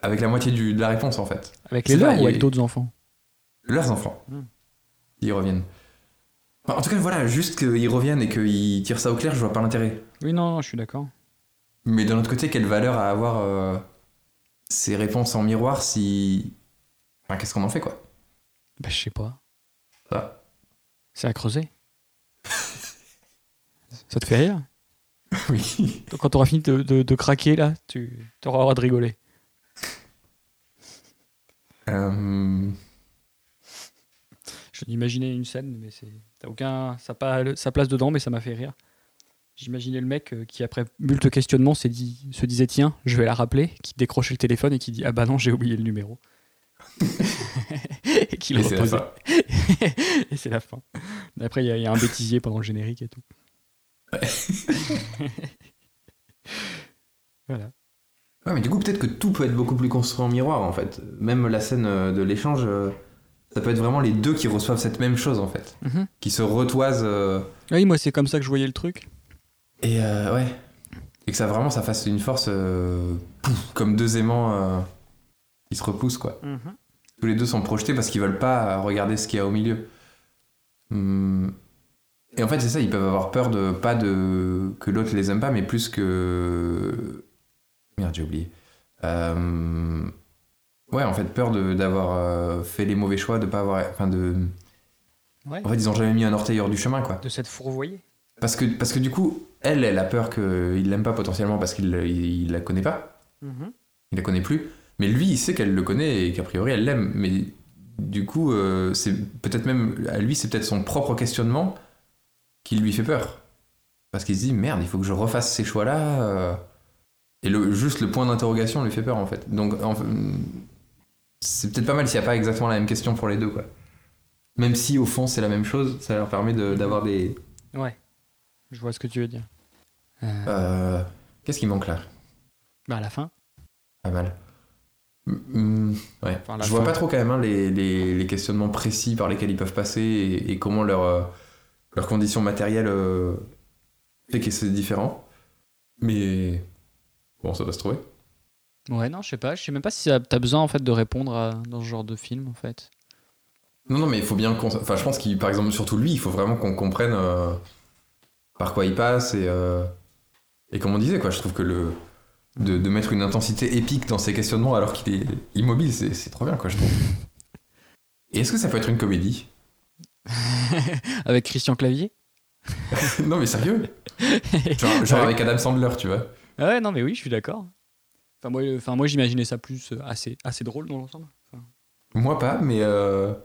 Speaker 2: avec la moitié du- de la réponse en fait.
Speaker 1: Avec
Speaker 2: c'est
Speaker 1: les deux
Speaker 2: vrai, il y
Speaker 1: ou
Speaker 2: a-
Speaker 1: avec d'autres enfants
Speaker 2: leurs enfants.
Speaker 1: Hmm.
Speaker 2: Ils reviennent. Enfin, en tout cas, voilà, juste qu'ils reviennent et qu'ils tirent ça au clair, je vois pas l'intérêt.
Speaker 1: Oui, non, non, je suis d'accord.
Speaker 2: Mais d'un autre côté, quelle valeur à avoir euh, ces réponses en miroir si. Enfin, qu'est-ce qu'on en fait, quoi
Speaker 1: Bah, je sais pas.
Speaker 2: Ça.
Speaker 1: C'est à creuser. ça te fait rire
Speaker 2: <laughs> Oui.
Speaker 1: Quand t'auras fini de, de- de craquer, là, tu auras le droit de rigoler.
Speaker 2: Euh,
Speaker 1: Je n'imaginais une scène, mais c'est t'as aucun, ça a pas le- sa place dedans, mais ça m'a fait rire. J'imaginais le mec euh, qui après multe questionnement s'est dit, se disait tiens, je vais la rappeler, qui décrochait le téléphone et qui dit ah bah non j'ai oublié le numéro
Speaker 2: <laughs>
Speaker 1: et qui le
Speaker 2: et c'est la
Speaker 1: reposait.
Speaker 2: fin.
Speaker 1: et c'est la fin. Mais Après il y, a- il y a un bêtisier pendant le générique et tout. <laughs> voilà.
Speaker 2: Ouais, mais du coup, peut-être que tout peut être beaucoup plus construit en miroir, en fait. Même la scène euh, de l'échange, euh, ça peut être vraiment les deux qui reçoivent cette même chose, en fait.
Speaker 1: Mhm.
Speaker 2: Qui se retoisent. euh,
Speaker 1: Ah Oui moi c'est comme ça que je voyais le truc.
Speaker 2: Et euh, ouais. Et que ça vraiment, ça fasse une force euh, pouf, comme deux aimants euh, qui se repoussent, quoi. Tous les deux sont projetés parce qu'ils veulent pas euh, regarder ce qu'il y a au milieu. Hum. Et en fait, c'est ça, ils peuvent avoir peur de pas de que l'autre les aime pas, mais plus que merde, j'ai oublié. Euh, Ouais, en fait, peur de- d'avoir euh, fait les mauvais choix, de pas avoir, enfin de.
Speaker 1: Ouais.
Speaker 2: En fait, ils ont jamais mis un orteil hors du chemin, quoi.
Speaker 1: De cette fourvoyée.
Speaker 2: Parce que, parce que du coup, elle,
Speaker 1: Mm-hmm.
Speaker 2: elle a peur qu'il l'aime pas potentiellement parce qu'il il, il la connaît pas, il la connaît plus. Mais lui, il sait qu'elle le connaît et qu'a priori, elle l'aime. Mais du coup, euh, c'est peut-être même à lui, c'est peut-être son propre questionnement qui lui fait peur. Parce qu'il se dit merde, il faut que je refasse ces choix-là. euh. Et le, juste le point d'interrogation lui fait peur en fait. Donc en fait, c'est peut-être pas mal s'il n'y a pas exactement la même question pour les deux quoi. Même si au fond c'est la même chose, ça leur permet de- d'avoir des.
Speaker 1: Ouais. Je vois ce que tu veux dire.
Speaker 2: Euh, Qu'est-ce qui manque là
Speaker 1: Bah à la fin.
Speaker 2: Pas mal. Mm, mm, ouais.
Speaker 1: Enfin, la
Speaker 2: je vois
Speaker 1: fin.
Speaker 2: pas trop quand même hein, les, les- les questionnements précis par lesquels ils peuvent passer et, et comment leur, euh, leur condition matérielle euh, fait que c'est différent. Mais bon, ça va se trouver.
Speaker 1: Ouais, non, je sais pas. Je sais même pas si ça- t'as besoin en fait de répondre à- dans ce genre de film en fait.
Speaker 2: Non, non, mais il faut bien qu'on. Enfin, je pense qu'il, par exemple, surtout lui, il faut vraiment qu'on comprenne euh, par quoi il passe et. euh, et comme on disait, quoi, je trouve que le. De, de mettre une intensité épique dans ses questionnements alors qu'il est immobile, c'est, c'est trop bien, quoi, je trouve. Et est-ce que ça peut être une comédie <laughs>
Speaker 1: Avec Christian Clavier
Speaker 2: Non, mais sérieux Genre, genre avec Adam Sandler, tu vois.
Speaker 1: Ah ouais, non, mais oui, je suis d'accord. Enfin, moi, euh, enfin, moi j'imaginais ça plus euh, assez, assez drôle dans l'ensemble. Enfin,
Speaker 2: Moi pas, mais. euh,
Speaker 1: Ah,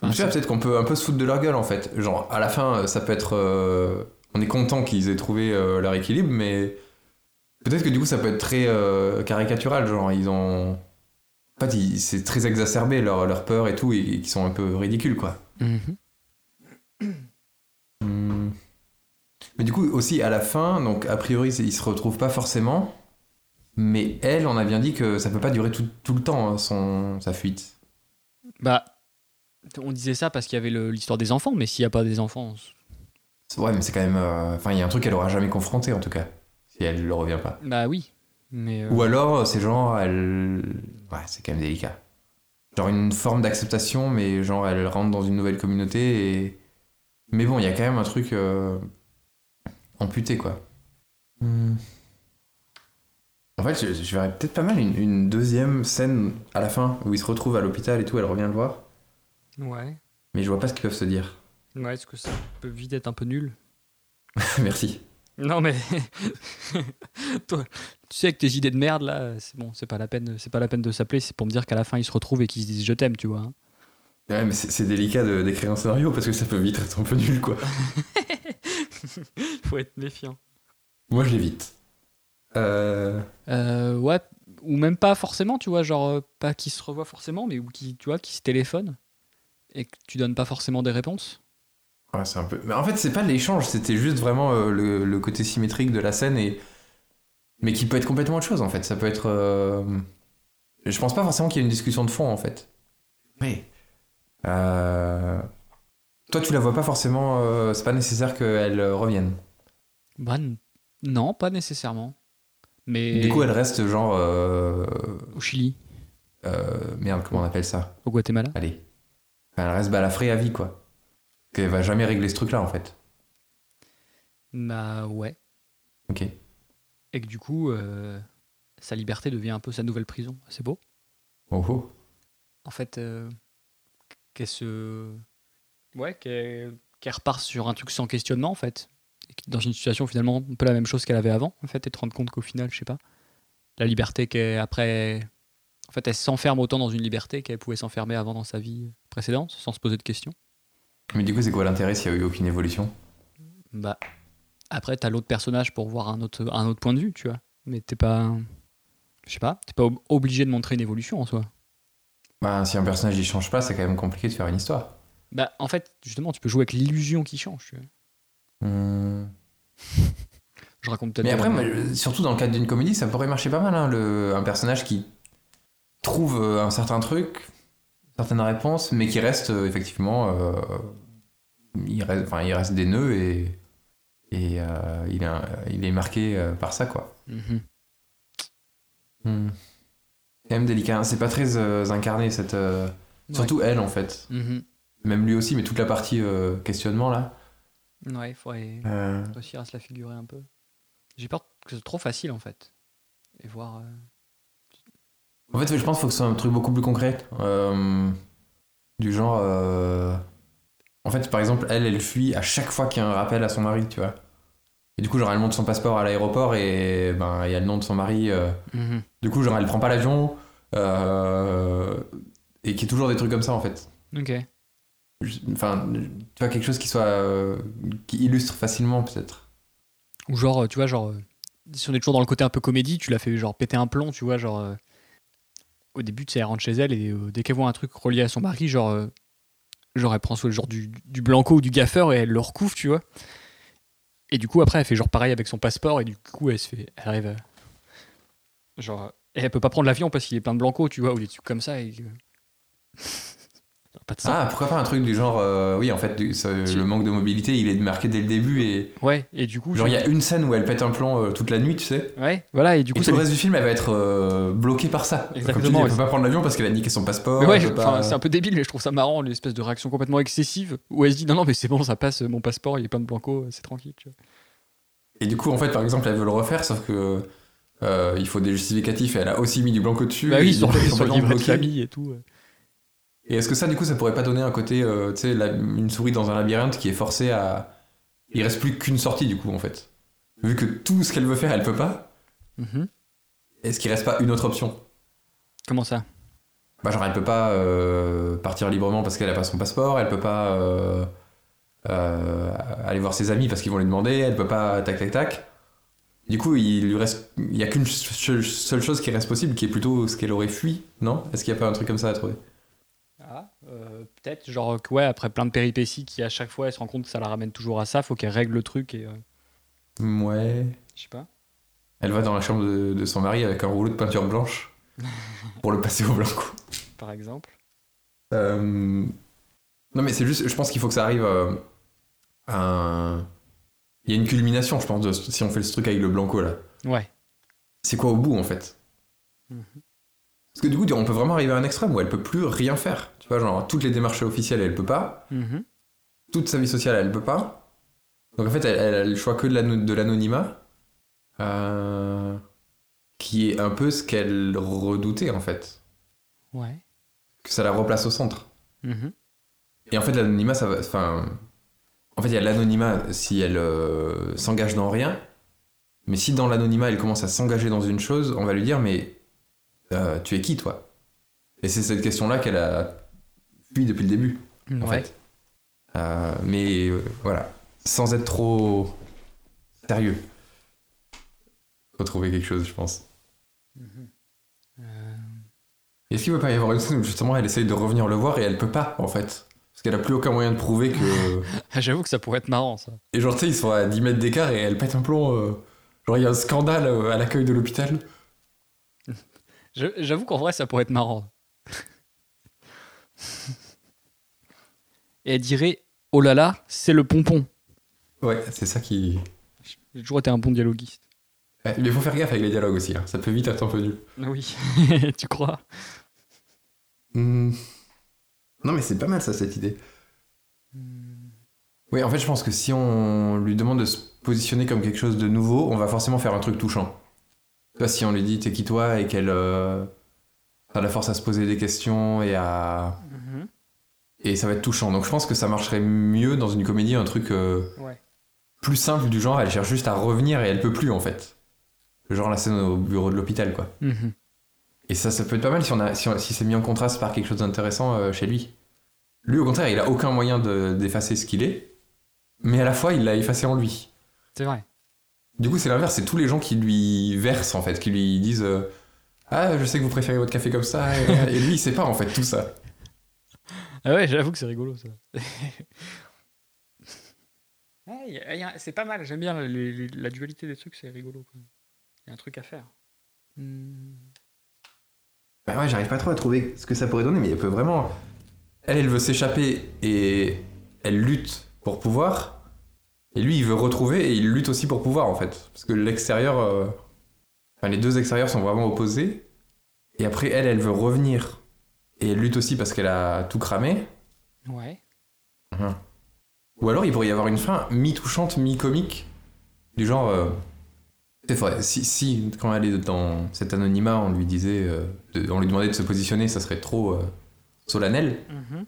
Speaker 2: tu vois,
Speaker 1: c'est-
Speaker 2: peut-être qu'on peut un peu se foutre de leur gueule en fait. Genre, à la fin, euh, ça peut être. euh, On est content qu'ils aient trouvé euh, leur équilibre, mais. Peut-être que du coup, ça peut être très euh, caricatural. Genre, ils ont. En fait, ils- c'est très exacerbé leur, leur peur et tout, et, et qui sont un peu ridicules quoi.
Speaker 1: Mhm.
Speaker 2: Hmm. Mais du coup, aussi à la fin, donc a priori, c'est- ils se retrouvent pas forcément. Mais elle, on a bien dit que ça peut pas durer tout, tout le temps, hein, son, sa fuite.
Speaker 1: Bah, on disait ça parce qu'il y avait le- l'histoire des enfants, mais s'il n'y a pas des enfants, on s-
Speaker 2: Ouais, mais c'est quand même. euh, Enfin, il y a un truc qu'elle aura jamais confronté en tout cas, si elle le revient pas.
Speaker 1: bah oui. Mais euh,
Speaker 2: Ou alors, c'est genre, elle. Ouais, c'est quand même délicat. Genre une forme d'acceptation, mais genre elle rentre dans une nouvelle communauté et. Mais bon, il y a quand même un truc. euh, amputé, quoi. Hmm. En fait, je, je verrais peut-être pas mal une, une deuxième scène à la fin où ils se retrouvent à l'hôpital et tout, elle revient le voir,
Speaker 1: ouais,
Speaker 2: mais je vois pas ce qu'ils peuvent se dire. <laughs>
Speaker 1: ouais, est-ce que ça peut vite être un peu nul
Speaker 2: Merci.
Speaker 1: Non mais <laughs> toi, tu sais que tes idées de merde là, c'est bon, c'est pas la peine, c'est pas la peine de s'appeler, c'est pour me dire qu'à la fin ils se retrouvent et qu'ils se disent je t'aime, tu vois. hein.
Speaker 2: Ouais, mais c'est c'est délicat de- d'écrire un scénario parce que ça peut vite être un peu nul, quoi.
Speaker 1: Faut être méfiant.
Speaker 2: Moi, je l'évite. Euh...
Speaker 1: Euh, ouais, ou même pas forcément, tu vois, genre euh, pas qu'ils se revoient forcément, mais ou qui, tu vois, qui se téléphonent et que tu donnes pas forcément des réponses.
Speaker 2: Ouais, c'est un peu. Mais en fait, c'est pas de l'échange, c'était juste vraiment euh, le, le côté symétrique de la scène et. Mais qui peut être complètement autre chose en fait. Ça peut être. euh, Je pense pas forcément qu'il y ait une discussion de fond en fait. Mais. euh, Toi, tu la vois pas forcément. euh, C'est pas nécessaire qu'elle euh, revienne.
Speaker 1: Bah n- non, pas nécessairement. Mais
Speaker 2: Du coup, elle reste genre. euh,
Speaker 1: au Chili,
Speaker 2: euh, Merde, comment on appelle ça
Speaker 1: au Guatemala.
Speaker 2: Allez. Enfin, elle reste balafrée à vie quoi. Elle va jamais régler ce truc là en fait.
Speaker 1: Bah ouais.
Speaker 2: Ok.
Speaker 1: Et que du coup, euh, sa liberté devient un peu sa nouvelle prison. C'est beau.
Speaker 2: Oh oh.
Speaker 1: en fait, euh, qu'elle se. Ouais, qu'elle qu'elle repart sur un truc sans questionnement, en fait. Et que Dans une situation, finalement, un peu la même chose qu'elle avait avant, en fait, et te rendre compte qu'au final, je sais pas, la liberté qu'après. En fait, elle s'enferme autant dans une liberté qu'elle pouvait s'enfermer avant dans sa vie précédente, sans se poser de questions.
Speaker 2: Mais du coup, c'est quoi l'intérêt s'il y a eu aucune évolution
Speaker 1: Bah, après, t'as l'autre personnage pour voir un autre, un autre point de vue, tu vois. Mais t'es pas. Je sais pas, t'es pas ob- obligé de montrer une évolution en soi.
Speaker 2: Bah, si un personnage il change pas, c'est quand même compliqué de faire une histoire.
Speaker 1: Bah, en fait, justement, tu peux jouer avec l'illusion qui change, tu vois. Je raconte peut-être.
Speaker 2: Mais après,
Speaker 1: des-
Speaker 2: moi, je- surtout dans le cadre d'une comédie, ça pourrait marcher pas mal. hein, le, un personnage qui trouve euh, un certain truc, certaines réponses, mais qui reste euh, effectivement. euh, il, reste, enfin, il reste des nœuds et, et euh, il, est un- il est marqué euh, par ça, quoi.
Speaker 1: Mhm.
Speaker 2: C'est quand même délicat. hein, C'est pas très euh, incarné, cette. euh, Surtout elle, en fait.
Speaker 1: Mhm.
Speaker 2: Même lui aussi, mais toute la partie euh, questionnement, là.
Speaker 1: Ouais, il faudrait
Speaker 2: Euh,
Speaker 1: réussir à se la figurer un peu. J'ai peur que ce soit trop facile en fait. Et voir. euh,
Speaker 2: En fait, je pense qu'il faut que ce soit un truc beaucoup plus concret. euh, du genre. euh, En fait, par exemple, elle, elle fuit à chaque fois qu'il y a un rappel à son mari, tu vois. Et du coup, genre, elle monte son passeport à l'aéroport et ben, il y a le nom de son mari. euh, Du coup, genre, elle prend pas l'avion, Euh, et qui est toujours des trucs comme ça en fait.
Speaker 3: Ok.
Speaker 2: Je- Enfin, tu vois, quelque chose qui soit. euh, qui illustre facilement peut-être.
Speaker 1: Ou genre, euh, tu vois, genre, euh, si on est toujours dans le côté un peu comédie, tu l'as fait genre péter un plomb, tu vois, genre. euh, au début, tu sais, elle rentre chez elle et euh, dès qu'elle voit un truc relié à son mari, genre, euh, genre elle prend soit genre du, du blanco ou du gaffeur et elle le recouvre, tu vois. Et du coup, après, elle fait genre pareil avec son passeport et du coup, elle se fait. Elle arrive à- Genre. euh, Et elle peut pas prendre l'avion parce qu'il est plein de blanco, tu vois, ou des trucs comme ça. Et... euh, pas de ça.
Speaker 2: Ah, pourquoi pas un truc du genre. euh, oui, en fait, du- ça-
Speaker 1: Tu-
Speaker 2: le manque de mobilité, il est marqué dès le début et.
Speaker 1: Ouais, et du coup.
Speaker 2: Genre,
Speaker 1: tu-
Speaker 2: il y a une scène où elle pète un plomb euh, toute la nuit, tu sais.
Speaker 1: Ouais, voilà, et du
Speaker 2: Et
Speaker 1: coup,
Speaker 2: tout
Speaker 1: ça
Speaker 2: le
Speaker 1: lui-
Speaker 2: reste du film, elle va être euh, bloquée par ça. Enfin, Comme tu dis,
Speaker 1: Exactement,
Speaker 2: elle
Speaker 1: ouais.
Speaker 2: peut pas prendre l'avion parce qu'elle a niqué son passeport.
Speaker 1: Mais ouais,
Speaker 2: elle
Speaker 1: je-
Speaker 2: peut
Speaker 1: enfin,
Speaker 2: pas-
Speaker 1: c'est un peu débile, mais je trouve ça marrant, l'espèce de réaction complètement excessive où elle se dit non, non, mais c'est bon, ça passe, mon passeport, il est plein de blanco, c'est tranquille. tu vois.
Speaker 2: Et du coup, en fait, par exemple, elle veut le refaire, sauf que euh, il faut des justificatifs et elle a aussi mis du blanc au-dessus.
Speaker 1: Bah
Speaker 2: et
Speaker 1: oui,
Speaker 2: du
Speaker 1: sur,
Speaker 2: coup, elle est
Speaker 1: sur le
Speaker 2: complètement
Speaker 1: livret de
Speaker 2: bloquée.
Speaker 1: famille et tout. euh. ouais.
Speaker 2: Et est-ce que ça, du coup, ça pourrait pas donner un côté, euh, tu sais, la- une souris dans un labyrinthe qui est forcée à. Il reste plus qu'une sortie, du coup, en fait. Vu que tout ce qu'elle veut faire, elle peut pas,
Speaker 1: Mhm.
Speaker 2: est-ce qu'il reste pas une autre option
Speaker 1: Comment ça
Speaker 2: Bah, genre, elle peut pas euh, partir librement parce qu'elle a pas son passeport, elle peut pas euh, euh, aller voir ses amis parce qu'ils vont lui demander, elle peut pas. tac tac tac. Du coup, il lui reste. Il y a qu'une ch- ch- seule chose qui reste possible, qui est plutôt ce qu'elle aurait fui, non Est-ce qu'il y a pas un truc comme ça à trouver
Speaker 1: Ah, euh, peut-être, genre, que ouais, après plein de péripéties qui à chaque fois elle se rend compte que ça la ramène toujours à ça, faut qu'elle règle le truc et. euh,
Speaker 2: Ouais.
Speaker 1: je sais pas.
Speaker 2: Elle va dans la chambre de, de son mari avec un rouleau de peinture blanche pour le passer au blanco.
Speaker 1: Par exemple.
Speaker 2: Euh, Non, mais c'est juste, je pense qu'il faut que ça arrive euh, à un- Il y a une culmination, je pense, de- si on fait ce truc avec le blanco là.
Speaker 1: Ouais.
Speaker 2: C'est quoi au bout en fait
Speaker 1: Mhm.
Speaker 2: Parce que du coup, on peut vraiment arriver à un extrême où elle peut plus rien faire. Tu vois, genre, toutes les démarches officielles, elle peut pas.
Speaker 1: Mhm.
Speaker 2: Toute sa vie sociale, elle peut pas. Donc en fait, elle, elle a le choix que de l'ano- de l'anonymat. euh, Qui est un peu ce qu'elle redoutait en fait.
Speaker 1: Ouais.
Speaker 2: Que ça la replace au centre.
Speaker 1: Mhm.
Speaker 2: Et en fait, l'anonymat, ça va. Enfin. En fait, il y a l'anonymat si elle euh, s'engage dans rien. Mais si dans l'anonymat, elle commence à s'engager dans une chose, on va lui dire Mais euh, tu es qui, toi Et c'est cette question-là qu'elle a fui depuis le début, en
Speaker 1: Ouais.
Speaker 2: fait. Euh, mais euh, voilà. Sans être trop sérieux. Faut trouver quelque chose, je pense.
Speaker 1: Mhm. Euh, <laughs>
Speaker 2: Est-ce qu'il peut pas y avoir une scène où justement elle essaye de revenir le voir et elle peut pas, en fait Parce qu'elle a plus aucun moyen de prouver que.
Speaker 1: J'avoue que ça pourrait être marrant ça.
Speaker 2: Et genre, tu sais, ils sont à 10 mètres d'écart et elle pète un plomb. euh, Genre, il y a un scandale euh, à l'accueil de l'hôpital.
Speaker 1: Je- J'avoue qu'en vrai, ça pourrait être marrant. Et elle dirait Oh là là, c'est le pompon.
Speaker 2: Ouais, c'est ça qui.
Speaker 1: J'ai toujours été un bon dialoguiste.
Speaker 2: Ouais, Mais faut faire gaffe avec les dialogues aussi, hein, ça peut vite être un peu nul.
Speaker 1: Oui, <laughs> tu crois
Speaker 2: Hmm. Non, mais c'est pas mal ça, cette idée. Oui, en fait, je pense que si on lui demande de se positionner comme quelque chose de nouveau, on va forcément faire un truc touchant. Tu vois, si on lui dit t'es qui toi et qu'elle. euh, a la force à se poser des questions et à.
Speaker 1: Mhm.
Speaker 2: et ça va être touchant. Donc je pense que ça marcherait mieux dans une comédie, un truc euh,
Speaker 1: Ouais.
Speaker 2: plus simple du genre, elle cherche juste à revenir et elle peut plus en fait. Genre la scène au bureau de l'hôpital quoi.
Speaker 1: Mhm.
Speaker 2: Et ça, ça peut être pas mal si, on a, si, on- si c'est mis en contraste par quelque chose d'intéressant euh, chez lui. Lui au contraire, il a aucun moyen de- d'effacer ce qu'il est, mais à la fois il l'a effacé en lui.
Speaker 1: C'est vrai.
Speaker 2: Du coup c'est l'inverse, c'est tous les gens qui lui versent en fait, qui lui disent euh, Ah je sais que vous préférez votre café comme ça, et, et lui il sait pas en fait tout ça.
Speaker 1: Ah ouais, j'avoue que c'est rigolo ça. <laughs> Ouais, y a- y a- c'est pas mal, j'aime bien les- les- la dualité des trucs, c'est rigolo. Il y a un truc à faire. Mhm.
Speaker 2: Bah ouais, j'arrive pas trop à trouver ce que ça pourrait donner, mais elle peut vraiment. Elle, elle veut s'échapper et elle lutte pour pouvoir. Et lui, il veut retrouver et il lutte aussi pour pouvoir, en fait. Parce que l'extérieur. euh, Enfin, les deux extérieurs sont vraiment opposés. Et après, elle, elle veut revenir. Et elle lutte aussi parce qu'elle a tout cramé.
Speaker 1: Ouais.
Speaker 2: Ou alors, il pourrait y avoir une fin mi-touchante, mi-comique. Du genre. euh, c'est vrai, si, si, quand elle est dans cet anonymat, on lui disait. euh, de- on lui demandait de se positionner, ça serait trop euh, solennel.
Speaker 1: Mhm.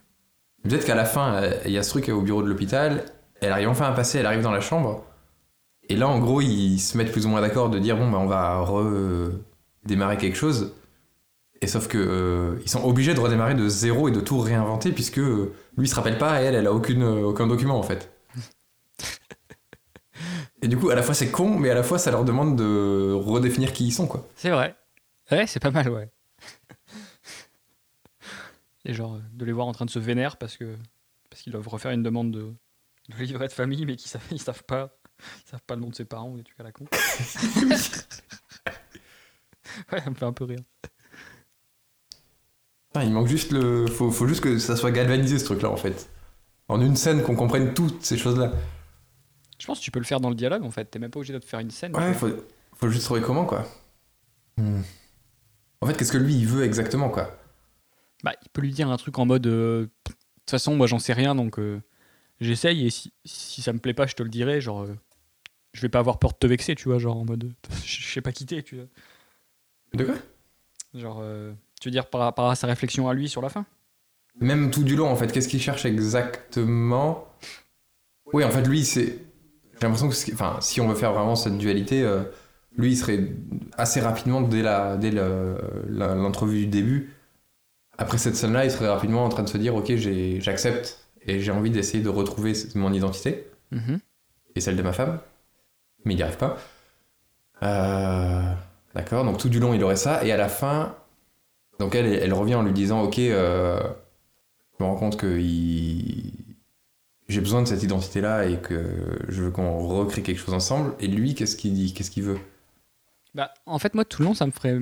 Speaker 2: Peut-être qu'à la fin, euh, il y a ce truc au bureau de l'hôpital, elle arrive enfin à passer, elle arrive dans la chambre. Et là, en gros, ils se mettent plus ou moins d'accord de dire bon, bah, on va redémarrer quelque chose. Et sauf que euh, ils sont obligés de redémarrer de zéro et de tout réinventer puisque euh, lui il se rappelle pas et elle elle a aucune, euh, aucun document en fait. et du coup à la fois c'est con mais à la fois ça leur demande de redéfinir qui ils sont quoi.
Speaker 1: C'est vrai. Ouais, c'est pas mal, ouais. Et genre, euh, de les voir en train de se vénérer parce que parce qu'ils doivent refaire une demande de, de livret de famille, mais qu'ils savent, ils savent pas ils savent pas le nom de ses parents ou des trucs à la con. ouais, ça me fait un peu rire.
Speaker 2: Putain, il manque juste le, faut, faut juste que ça soit galvanisé ce truc là en fait. En une scène qu'on comprenne toutes ces choses là.
Speaker 1: Je pense que tu peux le faire dans le dialogue en fait. T'es même pas obligé de te faire une scène.
Speaker 2: Ouais,
Speaker 1: tu
Speaker 2: faut, faut juste trouver comment quoi. Hmm. En fait qu'est-ce que lui il veut exactement quoi.
Speaker 1: Bah, il peut lui dire un truc en mode euh, de toute façon, moi j'en sais rien donc euh, j'essaye et si, si ça me plaît pas, je te le dirai. Genre, euh, je vais pas avoir peur de te vexer, tu vois. Genre en mode euh, <laughs> je sais pas quitter, tu vois.
Speaker 2: De quoi
Speaker 1: Genre, euh, tu veux dire par rapport à sa réflexion à lui sur la fin
Speaker 2: Même tout du long, en fait, qu'est-ce qu'il cherche exactement Oui, en fait, lui, c'est. J'ai l'impression que, ce qui- enfin, si on veut faire vraiment cette dualité, euh, lui, il serait assez rapidement dès la, dès le- la- l'entrevue du début. Après cette scène-là, il serait rapidement en train de se dire, ok, j'ai- j'accepte et j'ai envie d'essayer de retrouver mon identité et celle de ma femme, mais il n'y arrive pas. Euh, D'accord, donc tout du long il aurait ça, et à la fin, donc elle, elle revient en lui disant Ok, euh, je me rends compte que il- j'ai besoin de cette identité-là et que je veux qu'on recrée quelque chose ensemble, et lui, qu'est-ce qu'il dit Qu'est-ce qu'il veut
Speaker 1: Bah, en fait, moi, tout le long, ça me ferait.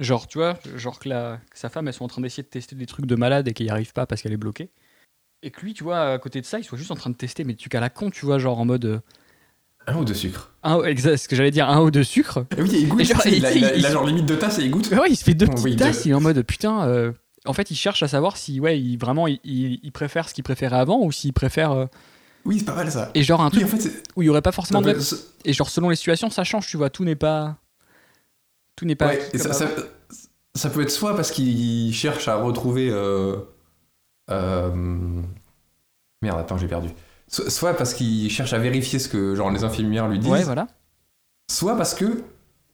Speaker 1: Genre, tu vois, genre que, la... que sa femme, elles sont en train d'essayer de tester des trucs de malade et qu'elle n'y arrive pas parce qu'elle est bloquée. Et que lui, tu vois, à côté de ça, il soit juste en train de tester, mais tu qu'à la con, tu vois, genre en mode. euh,
Speaker 2: Un ou deux sucres
Speaker 1: Un... exa- Ce que j'allais dire, un ou deux sucres.
Speaker 2: Et oui, il goûte,
Speaker 1: Et <laughs> genre,
Speaker 2: tu sais, il, a,
Speaker 1: il-
Speaker 2: il a- il a
Speaker 1: il-
Speaker 2: genre limite de tasse et il goûte.
Speaker 1: Ouais, il se fait deux
Speaker 2: Oui,
Speaker 1: petites
Speaker 2: deux.
Speaker 1: tasses, il est en mode putain. euh, En fait, il cherche à savoir si, ouais, il, vraiment, il, il- il préfère ce qu'il préférait avant ou s'il préfère. euh,
Speaker 2: Oui, c'est pas mal ça.
Speaker 1: Et genre, un
Speaker 2: Oui,
Speaker 1: truc
Speaker 2: en fait, c'est.
Speaker 1: où il n'y aurait pas forcément de.
Speaker 2: en fait, c'est-
Speaker 1: Et genre, selon les situations, ça change, tu vois, tout n'est pas. Tout n'est pas.
Speaker 2: ouais,
Speaker 1: acquis
Speaker 2: et ça,
Speaker 1: comme
Speaker 2: ça- ça peut être soit parce qu'il cherche à retrouver. euh, euh, merde, attends, j'ai perdu. So- soit parce qu'il cherche à vérifier ce que genre, les infirmières lui disent.
Speaker 1: Ouais, voilà.
Speaker 2: Soit parce que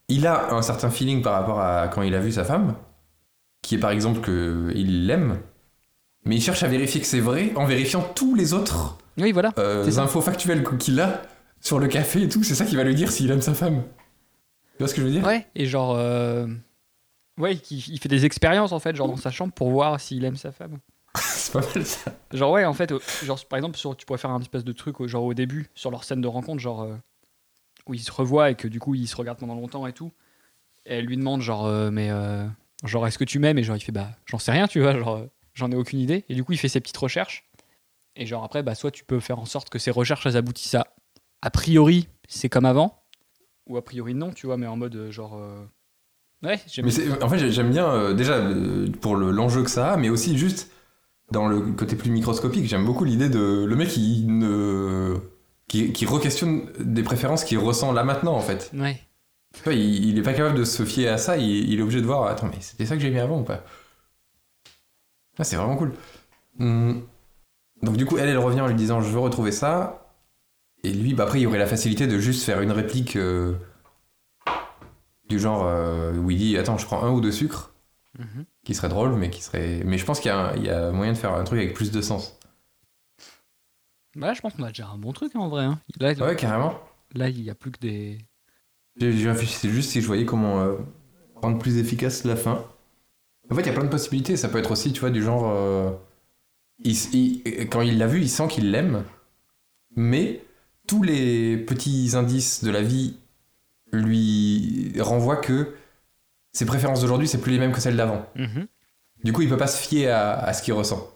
Speaker 2: il a un certain feeling par rapport à quand il a vu sa femme, qui est par exemple qu'il l'aime, mais il cherche à vérifier que c'est vrai en vérifiant tous les autres
Speaker 1: Oui, voilà.
Speaker 2: euh,
Speaker 1: C'est ça.
Speaker 2: infos factuelles qu'il a sur le café et tout. C'est ça qui va lui dire s'il aime sa femme. Tu vois ce que je veux dire
Speaker 1: Ouais, et genre. euh, Ouais, qui- il fait des expériences en fait, genre dans sa chambre pour voir s'il aime sa femme.
Speaker 2: C'est pas mal ça.
Speaker 1: Genre, ouais, en fait, euh, genre par exemple, sur, tu pourrais faire un espèce de truc, euh, genre au début, sur leur scène de rencontre, genre euh, où ils se revoient et que du coup ils se regardent pendant longtemps et tout. Et elle lui demande, genre, euh, mais euh, genre, est-ce que tu m'aimes Et genre, il fait, bah, j'en sais rien, tu vois, genre, euh, j'en ai aucune idée. Et du coup, il fait ses petites recherches. Et genre, après, bah, soit tu peux faire en sorte que ces recherches, elles aboutissent à, a priori, c'est comme avant, ou a priori, non, tu vois, mais en mode, euh, genre, euh, ouais, j'aime
Speaker 2: Mais c'est- en fait, j'ai- j'aime bien, euh, déjà, euh, pour le- l'enjeu que ça a, mais aussi juste dans le côté plus microscopique, j'aime beaucoup l'idée de le mec qui ne. Qui, qui re-questionne des préférences qu'il ressent là maintenant en fait.
Speaker 1: Ouais.
Speaker 2: Tu vois, il, il est pas capable de se fier à ça, il, il est obligé de voir, attends, mais c'était ça que j'ai mis avant ou pas Ah, C'est vraiment cool. Hum. Donc du coup, elle, elle revient en lui disant, je veux retrouver ça. Et lui, bah, après, il y aurait la facilité de juste faire une réplique euh, du genre euh, où il dit, attends, je prends un ou deux sucres,
Speaker 1: Mhm.
Speaker 2: qui serait drôle, mais qui serait... Mais je pense qu'il y, a un- il y a moyen de faire un truc avec plus de sens.
Speaker 1: Bah, je pense qu'on a déjà un bon truc hein, en vrai. hein. Là,
Speaker 2: Ouais, carrément.
Speaker 1: là, il n'y a plus que des.
Speaker 2: J'ai j'ai réfléchi juste si je voyais comment euh, rendre plus efficace la fin. En fait, il y a plein de possibilités. Ça peut être aussi, tu vois, du genre. euh, il s- il- quand il l'a vu, il sent qu'il l'aime. Mais tous les petits indices de la vie lui renvoient que ses préférences d'aujourd'hui, c'est plus les mêmes que celles d'avant.
Speaker 1: Mhm.
Speaker 2: Du coup, il peut pas se fier à, à ce qu'il ressent.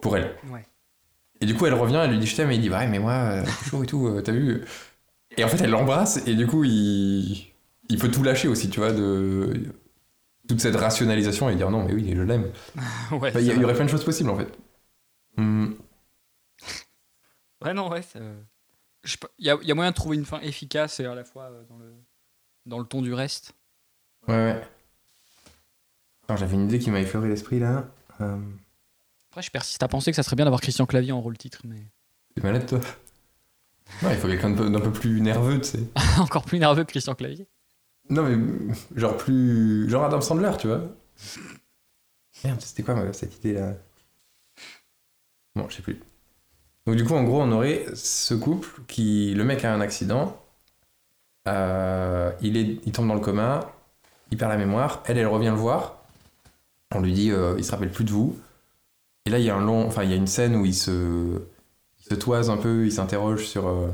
Speaker 2: Pour elle.
Speaker 1: Ouais.
Speaker 2: Et du coup, elle revient, elle lui dit je t'aime, et il dit ouais, mais moi, euh, toujours et tout, euh, t'as vu Et en fait, elle l'embrasse, et du coup, il... il peut tout lâcher aussi, tu vois, de toute cette rationalisation et dire non, mais oui, je
Speaker 1: <laughs>
Speaker 2: l'aime.
Speaker 1: ouais,
Speaker 2: Enfin, Bah, Il y, il y aurait plein de choses possibles en fait. Hum,
Speaker 1: Ouais, non, ouais. euh, Il y, a- y a moyen de trouver une fin efficace et à la fois euh, dans, le... dans le ton du reste.
Speaker 2: ouais, ouais. Attends, J'avais une idée qui m'a effleuré l'esprit là. Euh,
Speaker 1: Après, je persiste à penser que ça serait bien d'avoir Christian Clavier en rôle titre, mais <laughs>
Speaker 2: T'es malade toi Non, il faut quelqu'un d'un peu- d'un peu plus nerveux, tu sais.
Speaker 1: encore plus nerveux que Christian Clavier.
Speaker 2: Non, mais genre plus. Genre Adam Sandler, tu vois. Merde, c'était quoi ma- cette idée-là Bon, je sais plus. Donc, du coup, en gros, on aurait ce couple qui. Le mec a un accident. euh, il, est, il tombe dans le coma. Il perd la mémoire. Elle, elle revient le voir. On lui dit euh, il se rappelle plus de vous. Et là, il y a un long. Enfin, il y a une scène où il se. Il se toise un peu, il s'interroge sur. euh,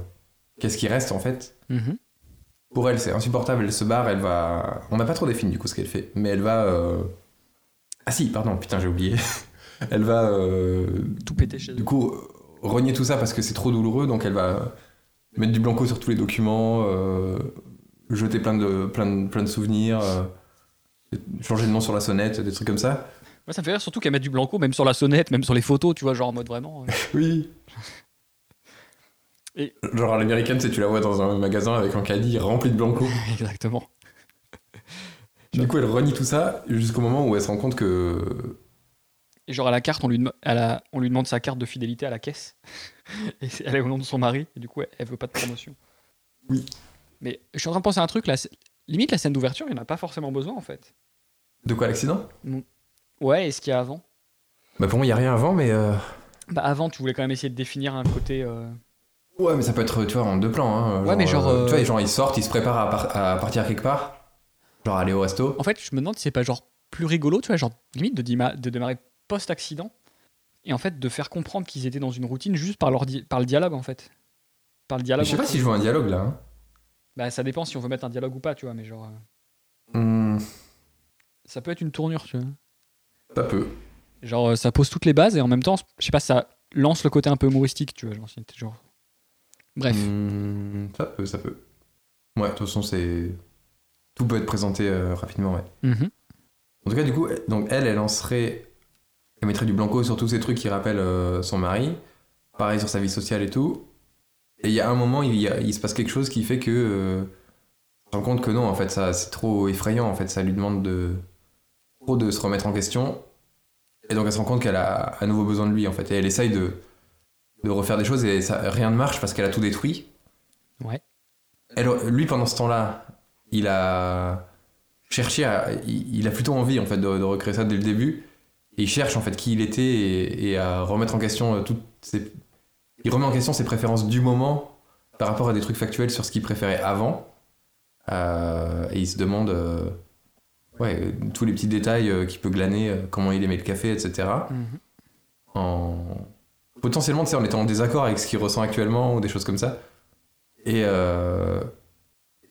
Speaker 2: Qu'est-ce qui reste en fait
Speaker 1: Mhm.
Speaker 2: pour elle, c'est insupportable. Elle se barre, elle va. On n'a pas trop défini du coup ce qu'elle fait, mais elle va. euh, Ah si, pardon, putain, j'ai oublié. <laughs> elle va. euh,
Speaker 1: Tout péter chez
Speaker 2: Du
Speaker 1: eux.
Speaker 2: coup, euh, renier tout ça parce que c'est trop douloureux, donc elle va mettre du blanco sur tous les documents, euh, jeter plein de, plein de, plein de souvenirs, euh, changer de nom sur la sonnette, des trucs comme ça.
Speaker 1: Moi, ça me fait rire surtout qu'elle met du blanco, même sur la sonnette, même sur les photos, tu vois, genre en mode vraiment. euh,
Speaker 2: Oui.
Speaker 1: Et-
Speaker 2: Genre à l'américaine, c'est tu la vois dans un magasin avec un caddie rempli de blanco.
Speaker 1: <laughs> Exactement.
Speaker 2: du coup, elle renie tout ça jusqu'au moment où elle se rend compte que
Speaker 1: Et genre à la carte, on lui, dem- à la- on lui demande sa carte de fidélité à la caisse. <laughs> et c'est- elle est au nom de son mari, et du coup, elle, elle veut pas de promotion.
Speaker 2: Oui.
Speaker 1: Mais je suis en train de penser à un truc, là. c'est- Limite, la scène d'ouverture, il n'y en a pas forcément besoin, en fait.
Speaker 2: De quoi l'accident
Speaker 1: Ouais, et ce qu'il y a avant
Speaker 2: Bah pour moi il y a rien avant mais euh,
Speaker 1: Bah, avant, tu voulais quand même essayer de définir un côté. euh,
Speaker 2: ouais mais ça peut être tu vois en deux plans hein,
Speaker 1: Ouais, mais genre,
Speaker 2: euh,
Speaker 1: euh,
Speaker 2: tu vois genre ils sortent ils se préparent à, par- à partir quelque part genre aller au resto
Speaker 1: En fait, je me demande si c'est pas genre plus rigolo, tu vois, genre limite de, dima- de démarrer post-accident et en fait de faire comprendre qu'ils étaient dans une routine juste par, leur di- par le dialogue en fait. Par le
Speaker 2: Mais
Speaker 1: dialogue.
Speaker 2: je sais
Speaker 1: en
Speaker 2: pas
Speaker 1: fait.
Speaker 2: si je vois un dialogue là hein.
Speaker 1: Bah, ça dépend si on veut mettre un dialogue ou pas, tu vois, mais genre. euh,
Speaker 2: Hmm,
Speaker 1: Ça peut être une tournure, tu vois.
Speaker 2: ça peut
Speaker 1: Genre, euh, ça pose toutes les bases et en même temps, je sais pas, ça lance le côté un peu humoristique, tu vois. Genre, c'est genre... Bref.
Speaker 2: Hmm, ça peut ça peut ouais de toute façon c'est tout peut être présenté euh, rapidement ouais
Speaker 1: Mhm.
Speaker 2: en tout cas du coup elle- donc elle elle en serait elle mettrait du blanco sur tous ces trucs qui rappellent euh, son mari pareil sur sa vie sociale et tout et il y a un moment il, y a- il se passe quelque chose qui fait que euh, se rend compte que non, en fait, ça c'est trop effrayant. En fait, ça lui demande de trop de se remettre en question. Et donc, elle se rend compte qu'elle a à nouveau besoin de lui, en fait. Et elle essaye de, de refaire des choses et ça, rien ne marche parce qu'elle a tout détruit.
Speaker 1: Ouais.
Speaker 2: Elle, lui, pendant ce temps-là, il a cherché à. Il, il a plutôt envie, en fait, de, de recréer ça dès le début. Et il cherche, en fait, qui il était et, et à remettre en question euh, toutes ses. Il remet en question ses préférences du moment par rapport à des trucs factuels sur ce qu'il préférait avant. Euh, et il se demande euh, ouais, euh, tous les petits détails euh, qu'il peut glaner, euh, comment il aimait le café, etc.
Speaker 1: Mhm.
Speaker 2: En... Potentiellement, tu sais, en étant en désaccord avec ce qu'il ressent actuellement ou des choses comme ça. Et, euh,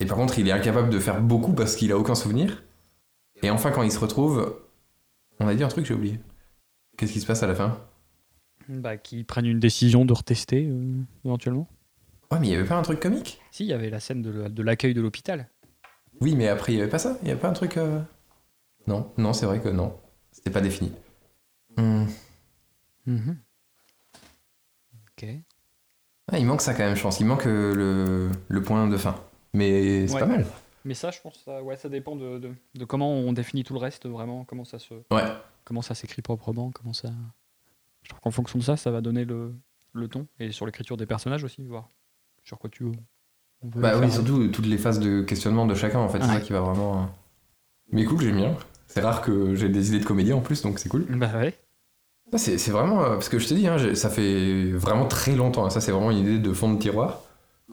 Speaker 2: et par contre, il est incapable de faire beaucoup parce qu'il a aucun souvenir. Et enfin, quand il se retrouve, on a dit un truc, j'ai oublié. Qu'est-ce qui se passe à la fin
Speaker 1: Bah, qu'ils prennent une décision de retester euh, éventuellement.
Speaker 2: Ouais, mais il n'y avait pas un truc comique
Speaker 1: Si, il y avait la scène de le- de l'accueil de l'hôpital.
Speaker 2: Oui, mais après, il n'y avait pas ça Il n'y avait pas un truc. euh, Non, non, c'est vrai que non. C'était pas défini. Hmm.
Speaker 1: Mhm. Ok.
Speaker 2: Ah, il manque ça quand même, je pense. Il manque euh, le, le point de fin. Mais c'est
Speaker 1: Ouais.
Speaker 2: pas mal.
Speaker 1: Mais ça, je pense, ça, ouais, ça dépend de, de- de comment on définit tout le reste, vraiment, comment ça se,
Speaker 2: Ouais.
Speaker 1: comment ça s'écrit proprement, comment ça. Je crois qu'en fonction de ça, ça va donner le, le ton et sur l'écriture des personnages aussi, voir sur quoi tu veux. on veut
Speaker 2: Bah
Speaker 1: faire
Speaker 2: oui,
Speaker 1: un-
Speaker 2: surtout euh, toutes les phases de questionnement de chacun, en fait, c'est
Speaker 1: Ouais.
Speaker 2: ça qui va vraiment. euh. Mais cool, j'aime bien. C'est rare que j'ai des idées de comédie en plus, donc c'est cool.
Speaker 1: Bah ouais.
Speaker 2: Ça, C'est c'est vraiment. euh, Parce que je te dis, hein, j'ai- ça fait vraiment très longtemps. hein. Ça, c'est vraiment une idée de fond de tiroir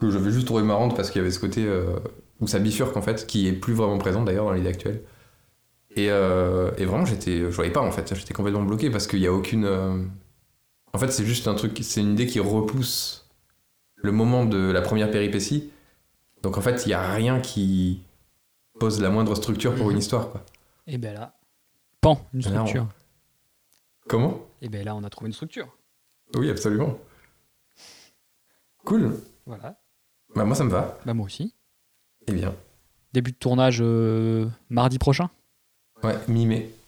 Speaker 2: que j'avais juste trouvé marrante parce qu'il y avait ce côté euh, où ça bifurque, en fait, qui est plus vraiment présent d'ailleurs dans l'idée actuelle. Et, euh, et vraiment, j'étais, je voyais pas en fait. J'étais complètement bloqué parce qu'il n'y a aucune. euh, En fait, c'est juste un truc. C'est une idée qui repousse le moment de la première péripétie. Donc en fait, il n'y a rien qui pose la moindre structure pour
Speaker 1: Mhm.
Speaker 2: une histoire. Quoi.
Speaker 1: Et ben là, pan, une
Speaker 2: Là, on-
Speaker 1: structure.
Speaker 2: Comment
Speaker 1: Et ben là, on a trouvé une structure.
Speaker 2: Oui, absolument. Cool.
Speaker 1: Voilà.
Speaker 2: Bah moi ça me va.
Speaker 1: Bah moi aussi.
Speaker 2: Eh bien.
Speaker 1: Début de tournage euh, mardi prochain.
Speaker 2: Ouais, mi-mai.